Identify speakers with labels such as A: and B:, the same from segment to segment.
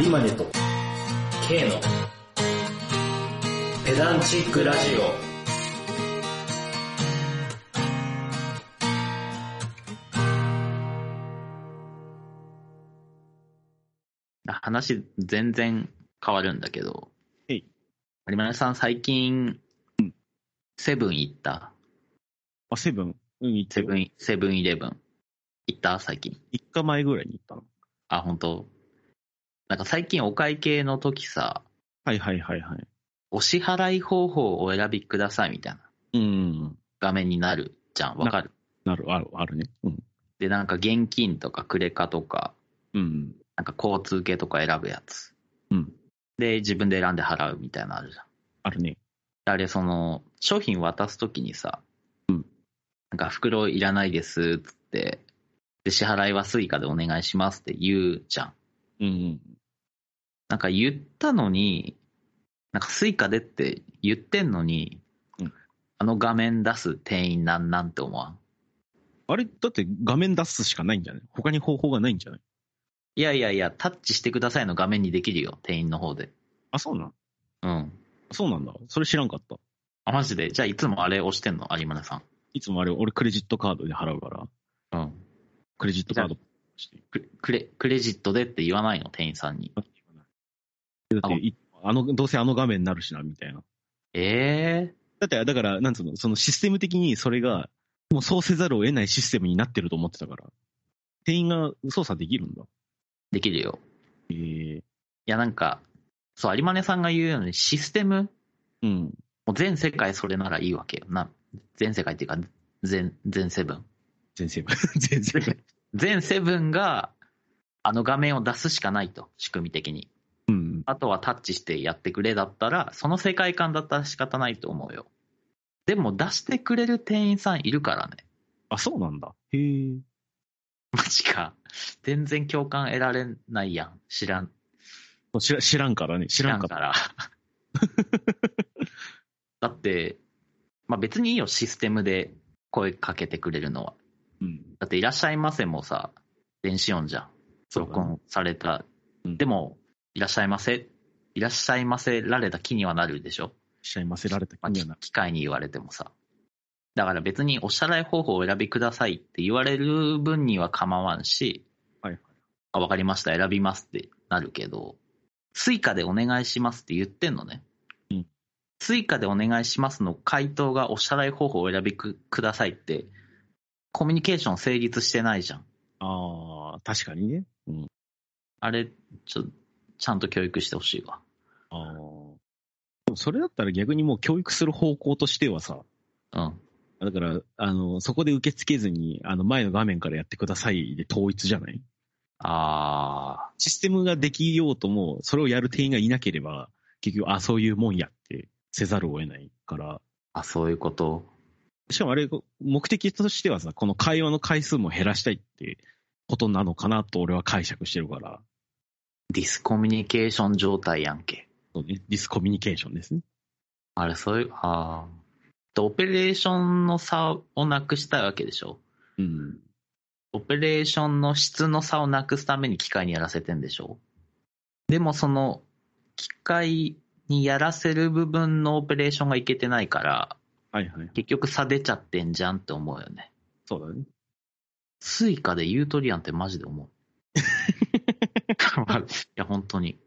A: 有馬ネと K のペダンチックラジ
B: 話全然変わるんだけど、
C: へい
B: 有村さん最近、セブン行った
C: あ、セブンうん、行って
B: セブン、セブンイレブン。行った最近。
C: 3日前ぐらいに行ったの。
B: あ、本当なんか最近お会計の時さ、
C: はいはいはいはい。
B: お支払い方法をお選びくださいみたいな
C: うん。
B: 画面になるじゃん。わかる
C: なる、ある、あるね。うん。
B: で、なんか現金とかクレカとか、
C: うん。
B: なんか交通系とか選ぶやつ。
C: うん。
B: で、自分で選んで払うみたいなのあるじゃん。
C: あるね。
B: あれ、その、商品渡すときにさ、
C: うん
B: なんか袋いらないですっつって、で、支払いはスイカでお願いしますって言うじゃん。
C: うん。
B: なんか言ったのに、なんかスイカでって言ってんのに、
C: うん
B: あの画面出す店員なんなんて思わん。
C: あれ、だって画面出すしかないんじゃない他に方法がないんじゃない
B: いやいやいや、タッチしてくださいの画面にできるよ、店員の方で。
C: あ、そうなん
B: うん。
C: そうなんだ。それ知らんかった。
B: あ、マジでじゃあいつもあれ押してんの有村さ
C: いつもあれ、俺クレジットカードで払うから、
B: ん。うん。
C: クレジットカードして。
B: ククレ、クレジットでって言わないの、店員さんに。
C: だってい、あの、どうせあの画面になるしな、みたいな。
B: ええ
C: だって、だから、なんつうの、そのシステム的にそれが、もうそうせざるを得ないシステムになってると思ってたから、店員が操作できるんだ。
B: できるよ。
C: ええ
B: いや、なんか、そう、有馬根さんが言うように、システム、
C: うん。
B: もう全世界それならいいわけよ。な、全世界っていうか、全、全セブン。
C: 全セブン。 全セブン。
B: 全セブンが、あの画面を出すしかないと、仕組み的に。
C: うん。
B: あとはタッチしてやってくれだったら、その世界観だったら仕方ないと思うよ。でも出してくれる店員さんいるからね。
C: あ、そうなんだ。へえ。
B: マジか。全然共感得られないやん。知らん。
C: 知ら知らんからね。知
B: 知
C: ら
B: ら
C: ん
B: ん
C: か。
B: からら。 だって、まあ別にいいよ、システムで声かけてくれるのは。
C: うん。
B: だって、いらっしゃいませもさ、電子音じゃん。
C: そうだね
B: 録音された。
C: うん
B: でも、いらっしゃいませ、いらっしゃいませられた気にはなるでしょ、
C: しちゃいませられた
B: ま
C: 気に
B: あ、き
C: はなる。
B: 機械に言われてもさ。だから別にお支払い方法をお選びくださいって言われる分には構わんし、
C: はいはい
B: あ、わかりました、選びますってなるけど、スイカでお願いしますって言ってんのね。
C: うん
B: スイカでお願いしますの回答がお支払い方法をお選びくくださいって、コミュニケーション成立してないじゃん。
C: ああ、確かにね。うん。
B: あれ、ちょ、ちゃんと教育してほしいわ。
C: ああ。でもそれだったら逆にもう教育する方向としてはさ、
B: うん。
C: だから、あの、そこで受け付けずに、あの、前の画面からやってくださいで統一じゃない
B: あ
C: システムができようとも、それをやる店員がいなければ、結局、あ、そういうもんやってせざるを得ないから。
B: ーあ、そういうこと。
C: しかもあれ、目的としてはさ、この会話の回数も減らしたいってことなのかなと俺は解釈してるから、
B: ディスコミュニケーション状態やんけ。
C: そうね、ディスコミュニケーションですね。
B: あれ、そういう、ああ。でオペレーションの差をなくしたいわけでしょ
C: うん。
B: オペレーションの質の差をなくすために機械にやらせてんでしょでもその、機械にやらせる部分のオペレーションがいけてないから、
C: はいはい。
B: 結局差出ちゃってんじゃんって思うよね。
C: そうだね。
B: スイカで言うとりやんってマジで思う。いや、本当に。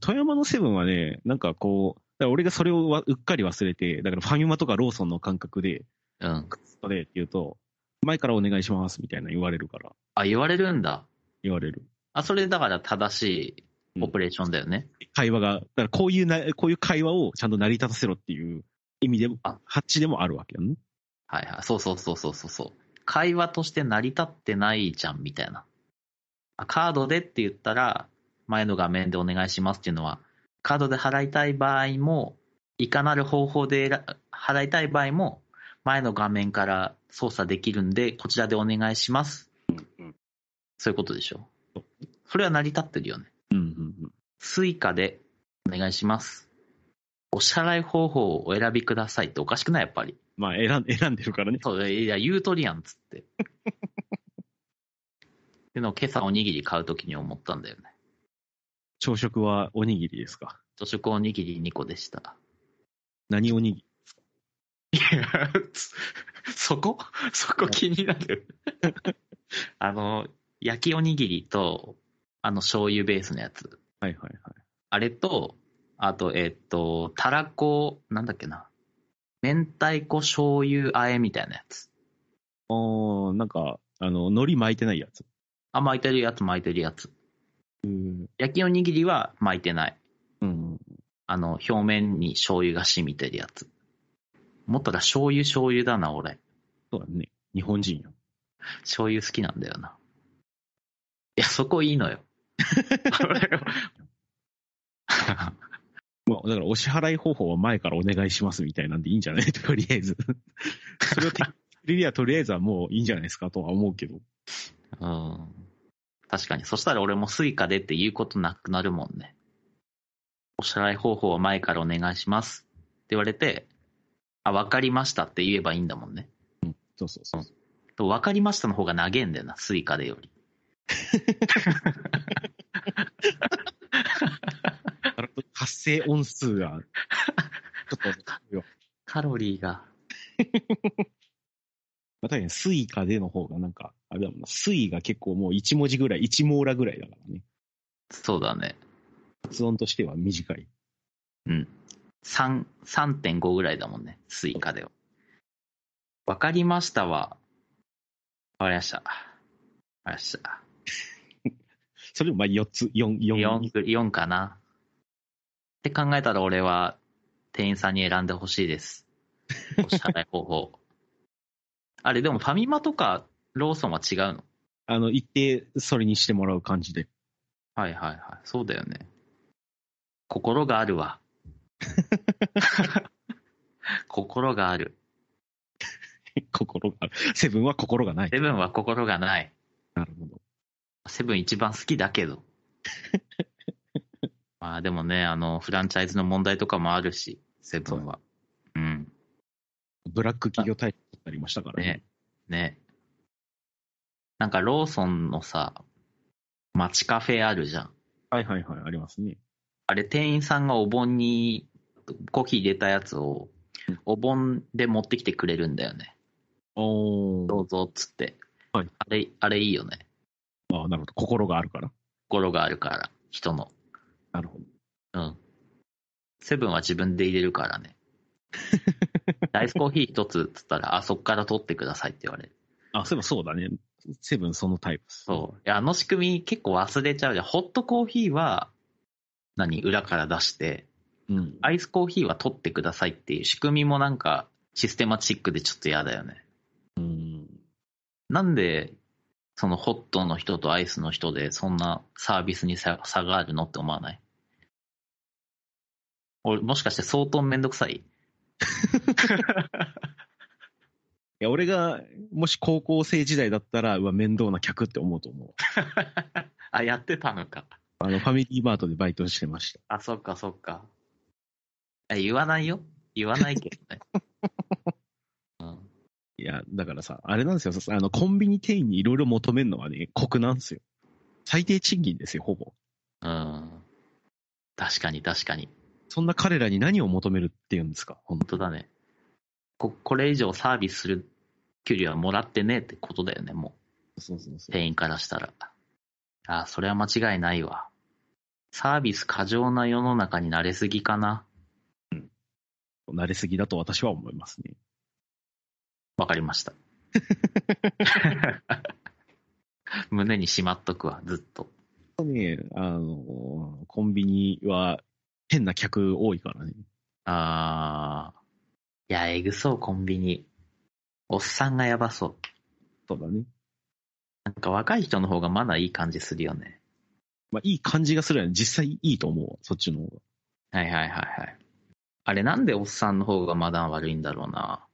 C: 富山のセブンはね、なんかこう、だから俺がそれをわうっかり忘れて、だからファミマとかローソンの感覚で、
B: うん。
C: それって言うと、前からお願いしますみたいな言われるから、
B: あ、言われるんだ。
C: 言われる。
B: あ、それだから正しいオペレーションだよね。
C: 会話が、だからこういうな、こういう会話をちゃんと成り立たせろっていう意味でも
B: あ、
C: ハッチでもあるわけよね。
B: はいはい。そうそうそうそうそうそう。会話として成り立ってないじゃん、みたいな。あカードでって言ったら、前の画面でお願いしますっていうのは、カードで払いたい場合も、いかなる方法で選払いたい場合も、前の画面から操作できるんで、こちらでお願いします。そういうことでしょ。それは成り立ってるよね。
C: うんうんうん。
B: スイカでお願いします。お支払い方法をお選びくださいっておかしくないやっぱり。
C: まあ選ん、選んでるからね。
B: そう、いや、言うとりやんっつって。 っていうのを今朝おにぎり買うときに思ったんだよね。
C: 朝食はおにぎりですか
B: 朝食おにぎり2個でした。
C: 何おにぎり
B: いや、つそこそこ気になる。 あの、焼きおにぎりと、あの、醤油ベースのやつ。
C: はいはいはい。
B: あれと、あと、えっと、たらこ、なんだっけな。明太子醤油和えみたいなやつ。
C: おー、なんか、あの、海苔巻いてないやつ。
B: あ、巻いてるやつ巻いてるやつ。
C: うん。
B: 焼きおにぎりは巻いてない。
C: うん。
B: あの、表面に醤油が染みてるやつ。もっとだ、醤油醤油だな、俺。
C: そうだね。日本人よ。
B: 醤油好きなんだよな。いや、そこいいのよ。
C: まあ、だからお支払い方法は前からお願いしますみたいなんでいいんじゃないとりあえ ず。それを適切にやとりあえずはもういいんじゃないですかとは思うけど。
B: うん。確かに。そしたら俺もスイカでって言うことなくなるもんね。お支払い方法は前からお願いしますって言われて、あ、わかりましたって言えばいいんだもんね。
C: そうそうそう。
B: でもわかりましたの方が長えんだよな、スイカでより。
C: あの発生音数が、ちょっと、ま
B: カロリーが。
C: あ、確かにスイカでの方がなんか、あれだもんな。スイが結構もう1文字ぐらい、1網羅ぐらいだからね。
B: そうだね。
C: 発音としては短い。
B: うん。3、3.5ぐらいだもんね、スイカでは。わかりましたは、わかりました。わかりました。
C: それもまあ4つ、4、4
B: 4、、4かな。って考えたら俺は店員さんに選んでほしいです。お支払い方法。 あれ、でもファミマとかローソンは違うの
C: あの、一定それにしてもらう感じで。
B: はいはいはい。そうだよね。心があるわ。心がある。
C: 心が、セブンは心がない。
B: セブンは心がない。
C: なるほど。
B: セブン一番好き だけど。まあでもね、あの、フランチャイズの問題とかもあるし、セブンは。うん。
C: ブラック企業対策になりましたからね
B: ね。ね。なんかローソンのさ、街カフェあるじゃん。
C: はいはいはい、ありますね。
B: あれ店員さんがお盆にコーヒー入れたやつを
C: うん、
B: お盆で持ってきてくれるんだよね。
C: お
B: ど
C: ー
B: うぞっつって。
C: はい
B: あれ、あれいいよね。
C: あーなるほど。心があるから。
B: 心があるから、人の。
C: なるほど。
B: うん。セブンは自分で入れるからね。ダイスコーヒー一つっつったら、あ、そっから取ってくださいって言われる。
C: あ、そういえばそうだね。セブンそのタイプっす。
B: そう。いや、あの仕組み結構忘れちゃうじゃん。ホットコーヒーは、何裏から出して、
C: うん。
B: アイスコーヒーは取ってくださいっていう仕組みもなんかシステマチックでちょっと嫌だよね。
C: うん。
B: なんで、そのホットの人とアイスの人でそんなサービスに差差があるのって思わない俺、もしかして相当めんどくさ
C: い
B: い
C: や、俺が、もし高校生時代だったら、うわ、面倒な客って思うと思う。
B: あ、やってたのか。
C: あの、ファミリーマートでバイトしてました。
B: あ、そっかそっか。え、言わないよ。言わないけどね。うん、
C: いや、だからさ、あれなんですよ。さあの、コンビニ店員にいろいろ求めるのはね、酷なんですよ。最低賃金ですよ、ほぼ。
B: うん。確かに確かに。
C: そんな彼らに何を求めるっていうんですか、本
B: 本当だね。こ、これ以上サービスする給料はもらってねえってことだよね、も。
C: 当そうそうそうう。
B: 店員からしたら。あ、それは間違いないわ。サービス過剰な世の中に慣れすぎかな。
C: 慣れすぎだと私は思いますね。
B: わかりました。 胸にしまっとくわ、ずっと。
C: ね、あの、コンビニは変な客多いからね。
B: あー。いや、えぐそう、コンビニ。おっさんがやばそう。
C: そうだね。
B: なんか若い人の方がまだいい感じするよね。
C: まあ、いい感じがするよね。実際いいと思うわそっちの方が。
B: はいはいはいはい。あれ、なんでおっさんの方がまだ悪いんだろうな。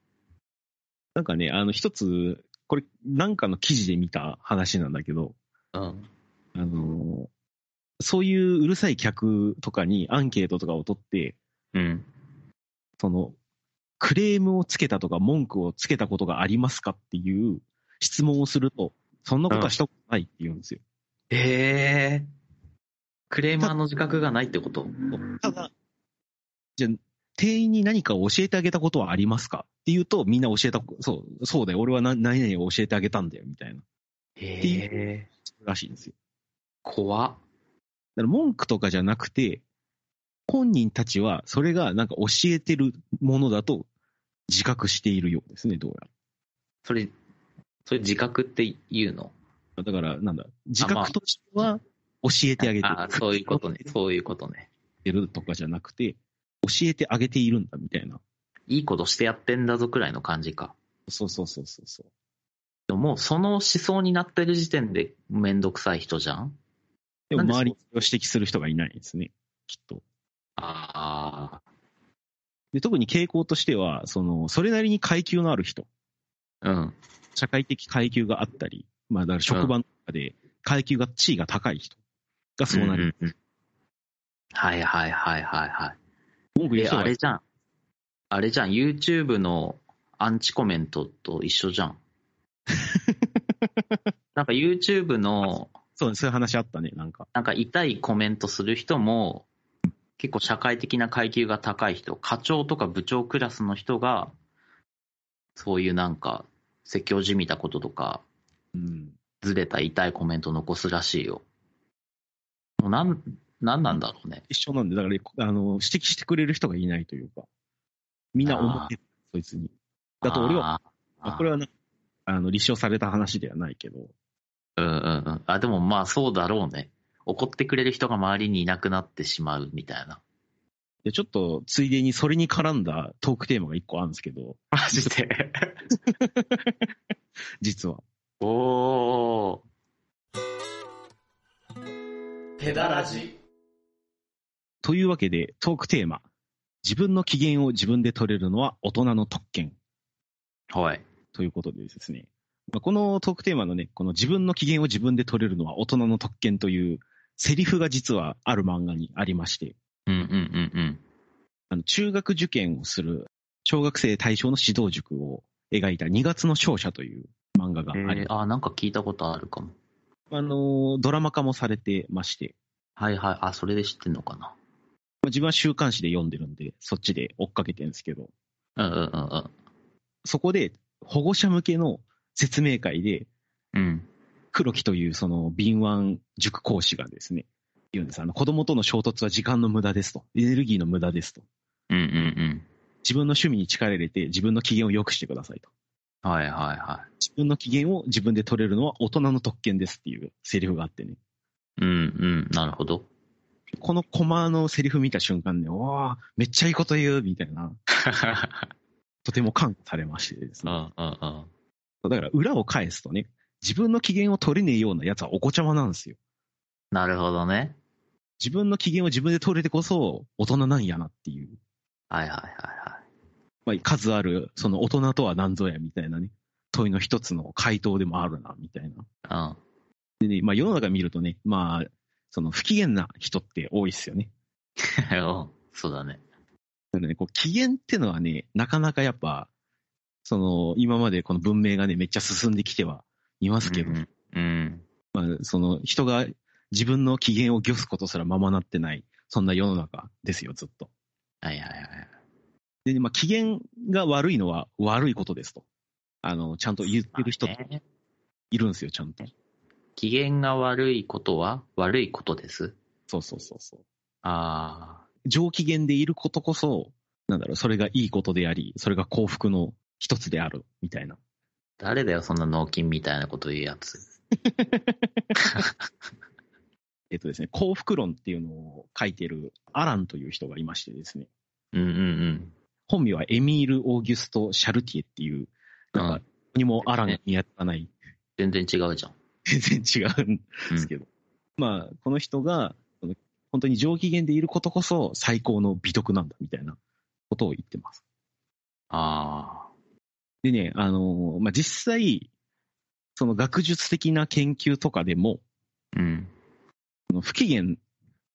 C: なんかね、あの、一つ、これ、なんかの記事で見た話なんだけど、
B: うん。
C: あの、そういううるさい客とかにアンケートとかを取って、
B: うん。
C: その、クレームをつけたとか文句をつけたことがありますかっていう質問をすると、そんなことはしたことないって言うんですよ。
B: ええー。クレーマーの自覚がないってこと
C: ただ、じゃあ店員に何か教えてあげたことはありますかっていうと、みんな教えた、そう、そうだよ、俺は何何々を教えてあげたんだよ、みたいな、
B: へえ。
C: らしいんですよ。
B: 怖っ。
C: だから文句とかじゃなくて、本人たちはそれがなんか教えてるものだと自覚しているようですね、どうや
B: それ、それ自覚って言うの
C: ら。だから、なんだ、自覚としては教えてあげてる。
B: ああ、そういうことね。そういうことね。
C: ってるとかじゃなくて、教えてあげているんだみたいな。
B: いいことしてやってんだぞくらいの感じか。
C: そうそうそうそうそう。
B: でももうその思想になってる時点でめんどくさい人じゃん
C: でも
B: なんでそう
C: 周りを指摘する人がいないんですね、きっと。
B: ああ。
C: で特に傾向としては、その、それなりに階級のある人、
B: うん。
C: 社会的階級があったり、まあだから職場の中で階級が、地位が高い人がそうなる。
B: んんん。はいはいはいはいは
C: 文句
B: い。
C: 言う
B: え、
C: 人
B: あ
C: は
B: れじゃん。あれじゃん。YouTube のアンチコメントと一緒じゃん。なんか YouTube の
C: そうね、そういう話あったね、なんか。
B: なんか痛いコメントする人も、結構社会的な階級が高い人、課長とか部長クラスの人が、そういうなんか、説教じみたこととか、
C: うん。
B: ずれた痛いコメント残すらしいよ。もうなん、なんなんだろうね。
C: 一緒なんで、だから、あの、指摘してくれる人がいないというか、みんな思ってる、そいつに。だと俺は、
B: は
C: まあ、これはなあの、立証された話ではないけど、
B: うんうんうん。あ、でもまあそうだろうね。怒ってくれる人が周りにいなくなってしまうみたいな。
C: で、ちょっと、ついでにそれに絡んだトークテーマが一個あるんですけど、
B: マジで。
C: 実は。
B: おー。
A: ペダラジ。
C: というわけで、トークテーマ。自分の機嫌を自分で取れるのは大人の特権
B: はい。
C: ということでですね。まあ、このトークテーマのね、この自分の機嫌を自分で取れるのは大人の特権というセリフが実はある漫画にありまして、
B: うんうんうんうん。
C: あの中学受験をする小学生対象の指導塾を描いた2月の勝者という漫画があります
B: えーあ、なんか聞いたことあるかも。
C: あの、ドラマ化もされてまして、
B: はいはい。あ、それで知ってんのかな。
C: まあ自分は週刊誌で読んでるんで、そっちで追っかけてるんですけど、
B: うんうんうん
C: そこで保護者向けの説明会で、
B: うん。うん。
C: 黒木というその敏腕塾講師がですね、言うんです。あの、子供との衝突は時間の無駄ですと。エネルギーの無駄ですと。
B: うんうん
C: 自分の趣味に力を入れて自分の機嫌を良くしてくださいと。
B: うん。はいはいは
C: 自分の機嫌を自分で取れるのは大人の特権ですっていうセリフがあってね。
B: い。うんうん。なるほど。
C: このコマのセリフ見た瞬間ね、わあめっちゃいいこと言うみたいな、とても感化されましてです
B: う
C: ね。
B: んうんうん。
C: だから裏を返すとね、自分の機嫌を取れねえようなやつはお子ちゃまなんですよ。
B: なるほどね。
C: 自分の機嫌を自分で取れてこそ大人なんやなっていう。
B: はいはいはいはい。
C: まあ、数ある、その大人とは何ぞやみたいなね、問いの一つの回答でもあるな、みたいな。
B: うん。
C: でね、まあ世の中見るとね、まあ、その不機嫌な人って多いっすよね。
B: うん そうだね。
C: なので、こう、機嫌ってのはね、なかなかやっぱ、その、今までこの文明がね、めっちゃ進んできてはいますけど、
B: うんうん。
C: その人が自分の機嫌を御すことすらままなってない、そんな世の中ですよ、ずっと。
B: はいはいはい。
C: で、まあ、機嫌が悪いのは悪いことですと。あの、ちゃんと言ってる人
B: まあね
C: いるんですよ、ちゃんと。
B: 機嫌が悪いことは悪いことです。
C: そうそうそうそう。
B: ああ。
C: 上機嫌でいることこそ、なんだろう、それがいいことであり、それが幸福の一つである、みたいな。
B: 誰だよ、そんな脳筋みたいなこと言うや つ。
C: えっとですね、幸福論っていうのを書いてるアランという人がいましてですね、
B: うんうん
C: 本名はエミール・オーギュスト・シャルティエっていう、
B: うん。
C: な
B: うんん
C: か、何もアランが見当たらない、
B: 全然違うじゃん。
C: 全然違うんですけど、まあ、この人が、その本当に上機嫌でいることこそ最高の美徳なんだみたいなことを言ってます。
B: あ
C: でね、あのーまあ、実際、その学術的な研究とかでも、
B: あ。うん。
C: その不機嫌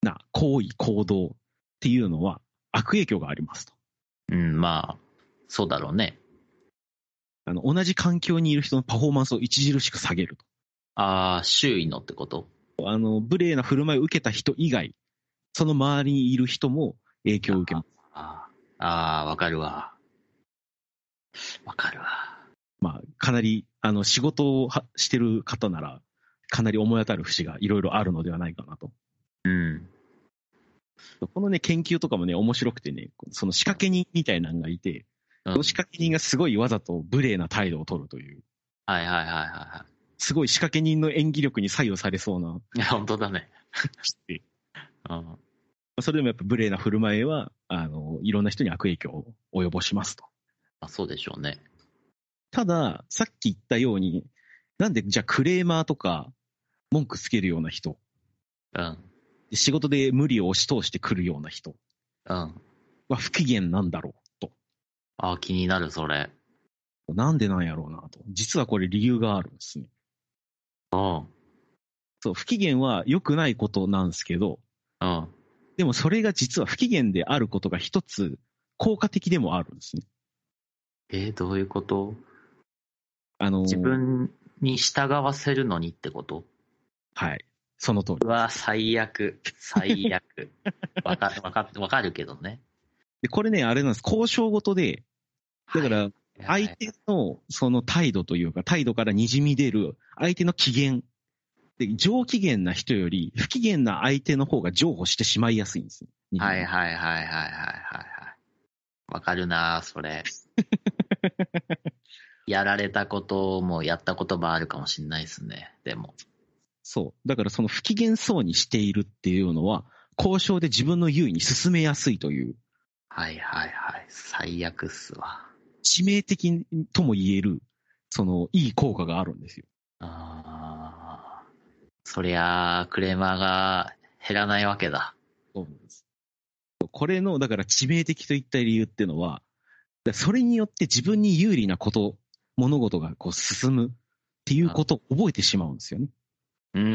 C: な行為、行動っていうのは悪影響がありますと。
B: うん、まあ、そうだろうね。
C: あの、同じ環境にいる人のパフォーマンスを著しく下げると。
B: ああ、周囲のってこと
C: あの、無礼な振る舞いを受けた人以外、その周りにいる人も影響を受けます。
B: あーあー、わかるわ。わかるわ。
C: まあ、かなり、あの、仕事をはしてる方なら、かなり思い当たる節がいろいろあるのではないかなと。
B: うん。
C: このね、研究とかもね、面白くてね、その仕掛け人みたいなのがいて、
B: うん
C: その仕掛け人がすごいわざと無礼な態度を取るという、
B: はいはいはいはいは
C: すごい仕掛け人の演技力に左右されそうな、
B: い。いや、本当だね。
C: で
B: うん。
C: それでもやっぱ無礼な振る舞いは、あの、いろんな人に悪影響を及ぼしますと。
B: あそうでしょうね。
C: ただ、さっき言ったように、なんでじゃあクレーマーとか、文句つけるような人、
B: うん。
C: で仕事で無理を押し通してくるような人
B: うん。
C: は不機嫌なんだろうと。
B: あー気になる、それ。
C: なんでなんやろうなと。実はこれ理由があるんですね。
B: うん。
C: そう、不機嫌は良くないことなんですけど、
B: うん。
C: でもそれが実は不機嫌であることが一つ効果的でもあるんですね。
B: えーどういうこと
C: あのー
B: 自分に従わせるのにってこと
C: はい。その通り。
B: うわ、最悪。最悪。わか、わか、わかるけど ね。
C: で、これね、あれなんです。交渉ごとで、だか
B: は
C: ら
B: い、
C: 相手のその態度というか、態度からにじみ出る相手の機嫌。で、上機嫌な人より不機嫌な相手の方が譲歩してしまいやすいんですね。日本
B: はいはいはいはいはいはいはい。わかるなぁそ れ。やられたこともやったこともあるかもしんないですね。でも。
C: そう。だからその不機嫌そうにしているっていうのは、交渉で自分の優位に進めやすいという、
B: はいはいはい。最悪っすわ。
C: 致命的とも言える、その、いい効果があるんですよ。
B: あーそりゃあ、クレーマーが減らないわけだ。
C: そうなんです。これの、だから致命的といった理由っていうのは、だからそれによって自分に有利なこと、物事がこう進むっていうことを覚えてしまうんですよね。
B: うんうんう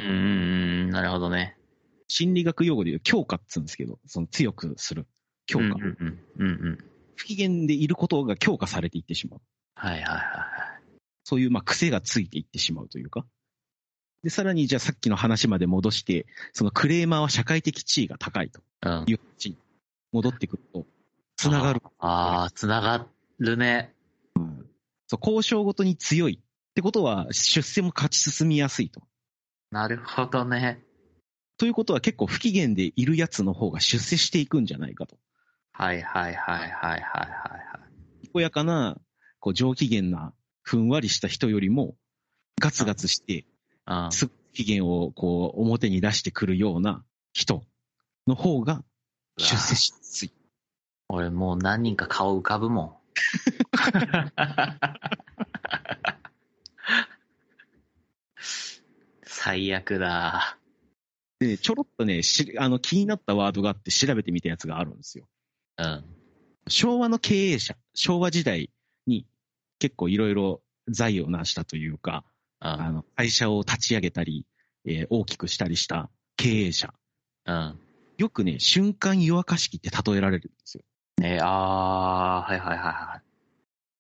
B: ん。なるほどね。
C: 心理学用語で言う強化って言うんですけど、その強くする強化。
B: うんうんうん。うんうん。
C: 不機嫌でいることが強化されていってしまう。
B: はいはいはい
C: そういうまあ癖がついていってしまうというか。で、さらにじゃあさっきの話まで戻して、そのクレーマーは社会的地位が高いと
B: はい。うん。
C: いう話に戻ってくると、つながる。
B: ああ、つながるね。
C: そう、交渉ごとに強いってことは、出世も勝ち進みやすいと。
B: なるほどね。
C: ということは結構不機嫌でいるやつの方が出世していくんじゃないかと。
B: はいはいはいはいはいはいはい。
C: にこやかな、こう上機嫌な、ふんわりした人よりも、ガツガツして、
B: うん
C: すぐ機嫌をこう表に出してくるような人の方が出世しやすい。
B: 俺もう何人か顔浮かぶも ん。最悪だ。
C: でね、ちょろっとね、しあの気になったワードがあって調べてみたやつがあるんですよ。
B: うん。
C: 昭和の経営者、昭和時代に結構いろいろ財を成したというか、
B: う
C: あ
B: ん。
C: の会社を立ち上げたり、えー大きくしたりした経営者。
B: うん。
C: よくね、瞬間湯沸かし器って例えられるんですよ。
B: ねあー、はいはいはいは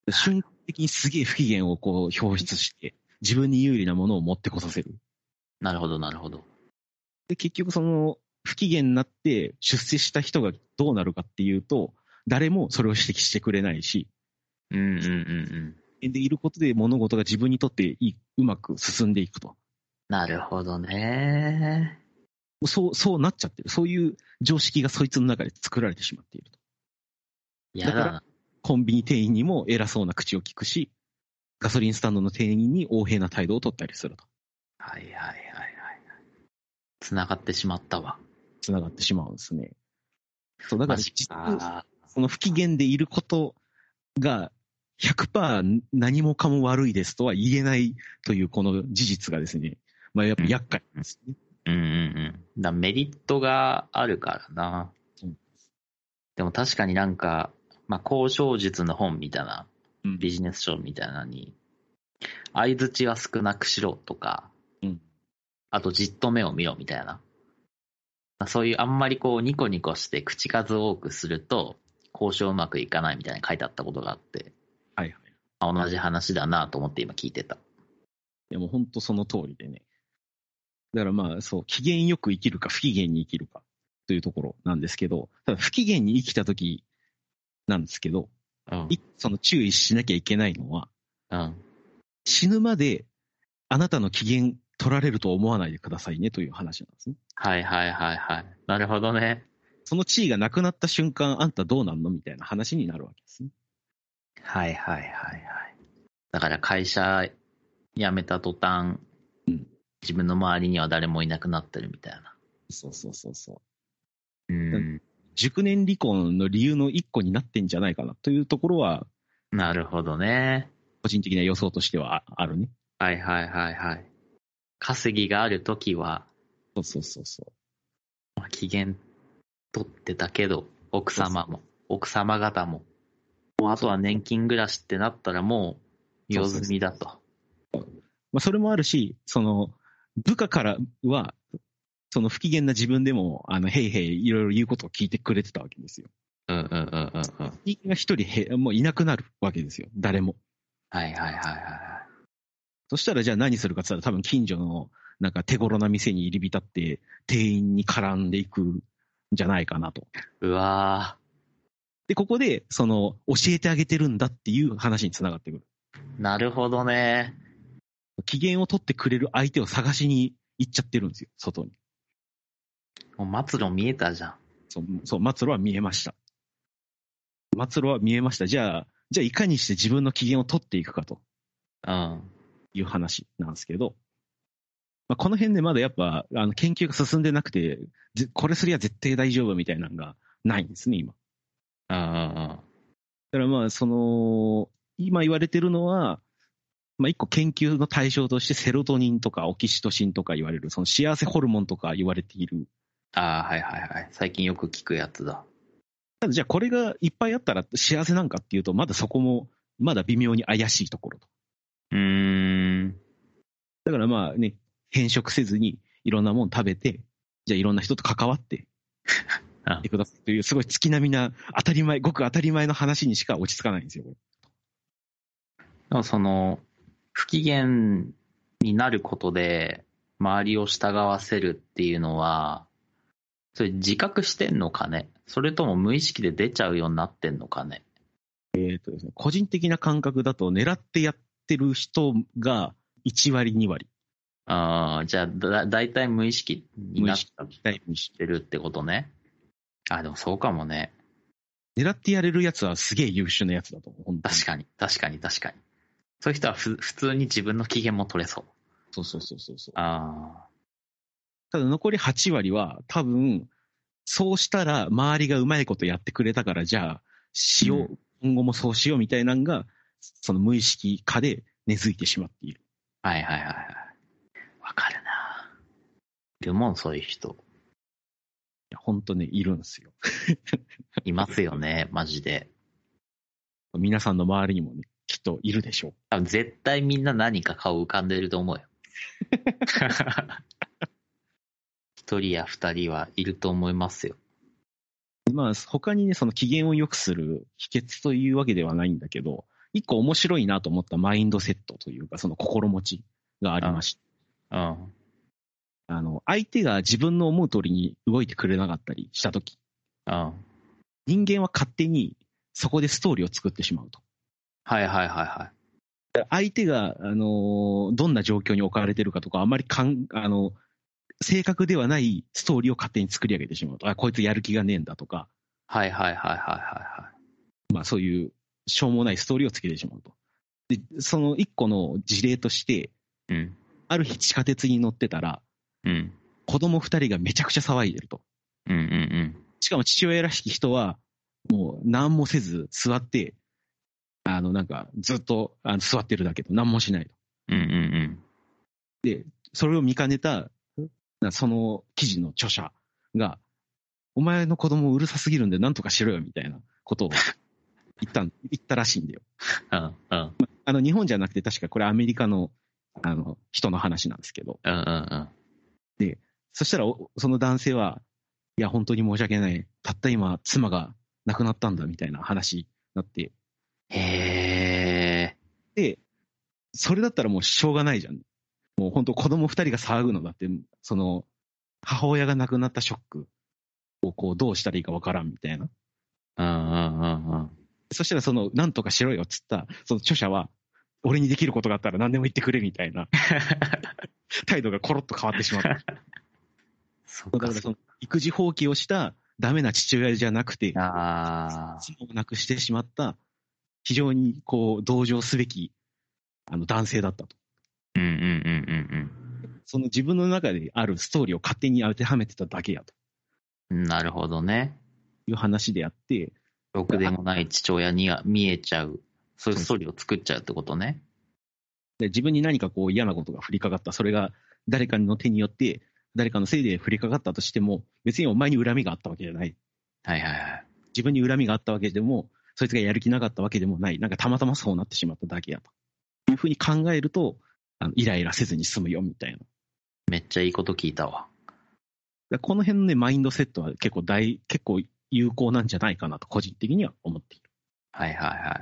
B: い。
C: 瞬間的にすげえ不機嫌をこう表出して、自分に有利なものを持ってこさせる。
B: なるほどなるほど。
C: で、結局その不機嫌になって出世した人がどうなるかっていうと、誰もそれを指摘してくれないし、
B: うんうんうんうん。
C: でいることで物事が自分にとっていいうまく進んでいくと。
B: なるほどね。
C: そう、そうなっちゃってる。そういう常識がそいつの中で作られてしまっていると。
B: やだ
C: だか
B: な。
C: コンビニ店員にも偉そうな口を聞くし、ガソリンスタンドの店員に横柄な態度を取ったりすると。
B: はいはいはいはい。つながってしまったわ。
C: 繋がってしまうんですね。そう、だから、実は
B: あ
C: その不機嫌でいることが100%何もかも悪いですとは言えないというこの事実がですね、まあやっぱ厄介なんですね。
B: ーうんうんうん。だメリットがあるからな
C: うん。
B: でも確かになんか、まあ、交渉術の本みたいな、
C: うん
B: ビジネス書みたいなのに、相づちは少なくしろとか、
C: うん
B: あとじっと目を見ろみたいな。まあそういうあんまりこうニコニコして口数多くすると、交渉うまくいかないみたいな書いてあったことがあって、
C: はいはい。
B: あ同じ話だなと思って今聞いてた。
C: いやもう本当その通りでね。だからまあ、そう、機嫌よく生きるか、不機嫌に生きるかというところなんですけど、ただ不機嫌に生きたときなんですけど、
B: うん
C: いその注意しなきゃいけないのは、
B: うん。
C: 死ぬまであなたの機嫌取られると思わないでくださいねという話なんですね。
B: はいはいはいはい。なるほどね。
C: その地位がなくなった瞬間、あんたどうなんのみたいな話になるわけですね。
B: はいはいはいはい。だから会社辞めた途端、自分の周りには誰もいなくなってるみたいな。
C: そうそうそうそう。
B: うん。
C: 熟年離婚の理由の一個になってんじゃないかなというところは、
B: なるほどね。
C: 個人的な予想としてはああるね。
B: はいはいはいはい。稼ぎがあるときは、
C: そうそうそうそう。
B: まあ機嫌取ってたけど、奥様も、奥様方も、もうあとは年金暮らしってなったらもう、用済みだと。
C: まあ、それもあるし、その、部下からは、その不機嫌な自分でも、あの、へいへいいろいろ言うことを聞いてくれてたわけですよ。
B: うんうんうんうんうん。
C: 人間が一人へ、もういなくなるわけですよ。誰も。
B: はいはいはいはい
C: そしたらじゃあ何するかって言ったら多分近所の、なんか手頃な店に入り浸って、店員に絡んでいくんじゃないかなと。
B: うわ
C: で、ここで、その、教えてあげてるんだっていう話につながってくる。
B: ー、なるほどね。
C: 機嫌を取ってくれる相手を探しに行っちゃってるんですよ、外に。
B: もう末路見えたじゃん。
C: そう、そう末路は見えました。末路は見えました。じゃあ、じゃあいかにして自分の機嫌を取っていくかと
B: うん。
C: いう話なんですけど、まあ、この辺でまだやっぱ、あの、研究が進んでなくて、ぜこれすりゃ絶対大丈夫みたいなのがないんですね、今。
B: うんうん
C: だからまあ、その、今言われてるのは、まあ、一個研究の対象としてセロトニンとかオキシトシンとか言われる、その幸せホルモンとか言われている。
B: ああ、はいはいはい。最近よく聞くやつだ。
C: ただじゃあこれがいっぱいあったら幸せなんかっていうと、まだそこも、まだ微妙に怪しいところと。
B: うーん。
C: だからまあね、変色せずにいろんなもん食べて、じゃあいろんな人と関わって、
B: あ
C: ってくださいという、すごい月並みな、当たり前、ごく当たり前の話にしか落ち着かないんですよ、これ
B: でもその、不機嫌になることで、周りを従わせるっていうのは、それ自覚してんのかねそれとも無意識で出ちゃうようになってんのかね
C: えっとですね、個人的な感覚だと、狙ってやってる人が1割、2割、
B: ああ、じゃあだ、だいたい無意識になっちゃっ
C: だいぶして
B: るってことね。あ、でもそうかもね。
C: 狙ってやれるやつはすげえ優秀なやつだと思う、本当に
B: 確かに、確かに、確かに。そういう人はふ普通に自分の機嫌も取れそう。
C: そうそうそうそうそう。
B: あ
C: ただ残り8割は、多分、そうしたら周りがうまいことやってくれたから、じゃあ、しよう、
B: う
C: 今後もそうしようみたいなのが、その無意識化で根付いてしまっている。
B: あ、はいはいはいはい。わかるな。いるもん、そういう人。
C: いや、本当ね、いるんですよ。
B: いますよ ね、マジで。
C: 皆さんの周りにもね、きっといるでしょう。
B: 多分絶対みんな何か顔浮かんでる と思うよ。一人や二人はいると思いますよ。
C: まあ、他にね、その機嫌を良くする秘訣というわけではないんだけど、一個面白いなと思ったマインドセットというか、その心持ちがありまして、
B: うん。
C: あの、相手が自分の思う通りに動いてくれなかったりしたとき、
B: うん。はい
C: 人間は勝手にそこでストーリーを作ってしまうと。
B: はいはいは
C: 相手が、あのーどんな状況に置かれてるかとか、あまりかん、あの、正確ではないストーリーを勝手に作り上げてしまうと。あ、こいつやる気がねえんだとか、
B: い。はいはいはいはいはいはい。
C: まあそういうしょうもないストーリーをつけてしまうと。で、その一個の事例として、
B: うん。
C: ある日地下鉄に乗ってたら、
B: うん。
C: 子供二人がめちゃくちゃ騒いでると。
B: うんうん
C: しかも父親らしき人は、もう何もせず座って、あのなんかずっとあの座ってるだけと、何もしないと。
B: うん。うんうんうん。
C: それを見かねた、なその記事の著者が、お前の子供うるさすぎるんで何とかしろよみたいなことを言ったん、言ったらしいんだよ。
B: うんうん。
C: あの日本じゃなくて確かこれアメリカのあの人の話なんですけど、
B: うんうんうん。
C: そしたらおその男性は、いや本当に申し訳ない。たった今妻が亡くなったんだみたいな話になって、
B: へえ。
C: で、それだったらもうしょうがないじゃん。もう本当子供二人が騒ぐのだって、その、母親が亡くなったショックをこうどうしたらいいかわからんみたいな。
B: うんうんうんうん。
C: そしたらその、なんとかしろよっつった、その著者は、俺にできることがあったら何でも言ってくれみたいな態度がコロッと変わってしまった。
B: そ
C: だ
B: っ
C: か
B: から
C: そ
B: そっ
C: の育児放棄をしたダメな父親じゃなくて、
B: か。ああ。
C: 妻を亡くしてしまった、非常にこう同情すべきあの男性だったと。
B: うんうんうん
C: その自分の中であるストーリーを勝手に当てはめてただけやと
B: うんうん。なるほどね。
C: いう話であって、
B: ろくでもない父親には見えちゃう。そういうストーリーを作っちゃうってことね。
C: で自分に何かこう嫌なことが降りかかった、それが誰かの手によって、誰かのせいで降りかかったとしても、別にお前に恨みがあったわけじゃない。
B: はいはいはい。
C: 自分に恨みがあったわけでも、そいつがやる気なかったわけでもない、なんかたまたまそうなってしまっただけやと。いうふうに考えると、あのイライラせずに済むよみたいな。だか
B: めっちゃいいこと聞いたわ。
C: らこの辺のね、マインドセットは結構大、結構有効なんじゃないかなと、個人的には思っている。
B: はいはいはいはい。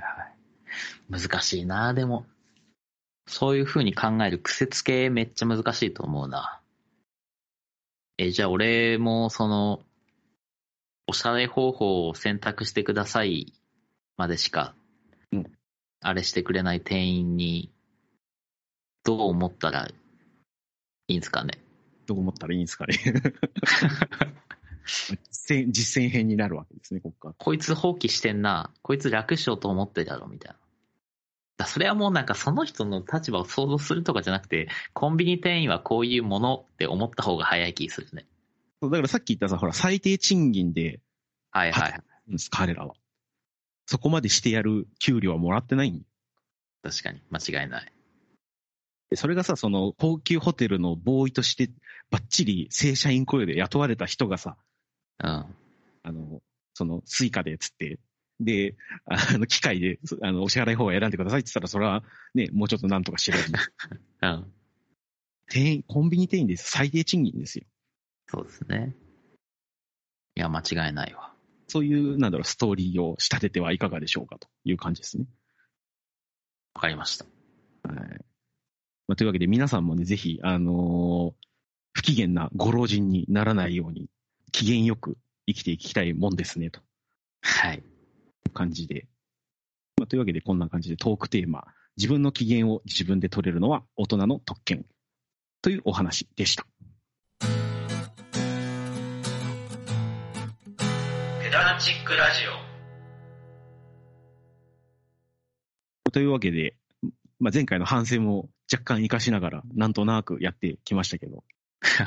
B: 難しいな、でも。そういう風に考える癖つけめっちゃ難しいと思うな。え、じゃあ俺もその、おしゃれ方法を選択してくださいまでしか、
C: うん
B: あれしてくれない店員に、どう思ったらいいんですかね。
C: どう思ったらいいんですかね。実践、実践編になるわけですね、ここから。
B: こいつ放棄してんな。こいつ楽しようと思ってるだろ、みたいな。だそれはもうなんかその人の立場を想像するとかじゃなくて、コンビニ店員はこういうものって思った方が早い気するね。
C: そうだからさっき言ったさ、ほら、最低賃金で、
B: はいはい。
C: うん彼らは。そこまでしてやる給料はもらってないんよ
B: 確かに。間違いない。
C: でそれがさ、その高級ホテルのボーイとして、ばっちり正社員雇用で雇われた人がさ、
B: うん。
C: あの、その、スイカでつって、で、あの、機械で、そあの、お支払い方を選んでくださいって言ったら、それはね、もうちょっとなんとかしろよ。
B: うん。
C: 店員、コンビニ店員です。最低賃金ですよ。
B: そうですね。いや、間違いないわ。
C: そういう、なんだろう、ストーリーを仕立ててはいかがでしょうかという感じですね。
B: わかりました。
C: まあ、というわけで皆さんもね、ぜひ、あのー不機嫌なご老人にならないように、機嫌よく生きていきたいもんですね、とい
B: はい。
C: う感じで。まあ、というわけでこんな感じでトークテーマ、自分の機嫌を自分で取れるのは大人の特権というお話でした。
A: ペダラチックラジオ
C: というわけで、まあ、前回の反省も若干活かしながら、なんとなくやってきましたけど、活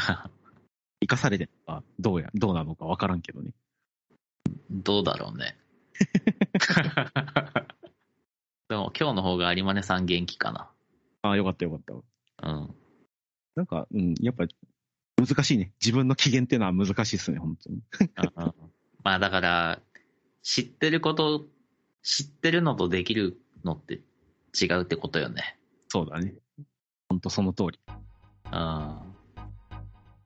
C: かされてるのかどうや、どうなのかわからんけどね。
B: どうだろうね。 でも今日の方が有馬根さん元気か
C: ああ、よかったよかった。
B: な。うん。
C: なんか、うん、やっぱ難しいね。自分の機嫌っていうのは難しいですね、本当に。
B: うんまあだから、知ってること、知ってるのとできるのって違うってことよね。
C: そうだね。本当その通り。
B: うん。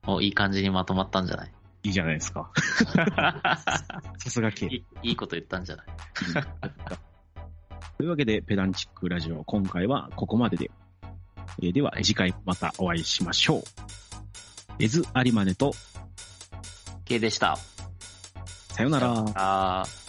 B: お、いい感じにまとまったんじゃない
C: いいじゃないですか。 さすが K。
B: い いいいこと言ったんじゃない
C: というわけで、ペダンチックラジオ、今回はここまでで。えーでは、次回またお会いしましょう。エズ・アリマネと、
B: ?K でした。
C: さよなら。
B: あー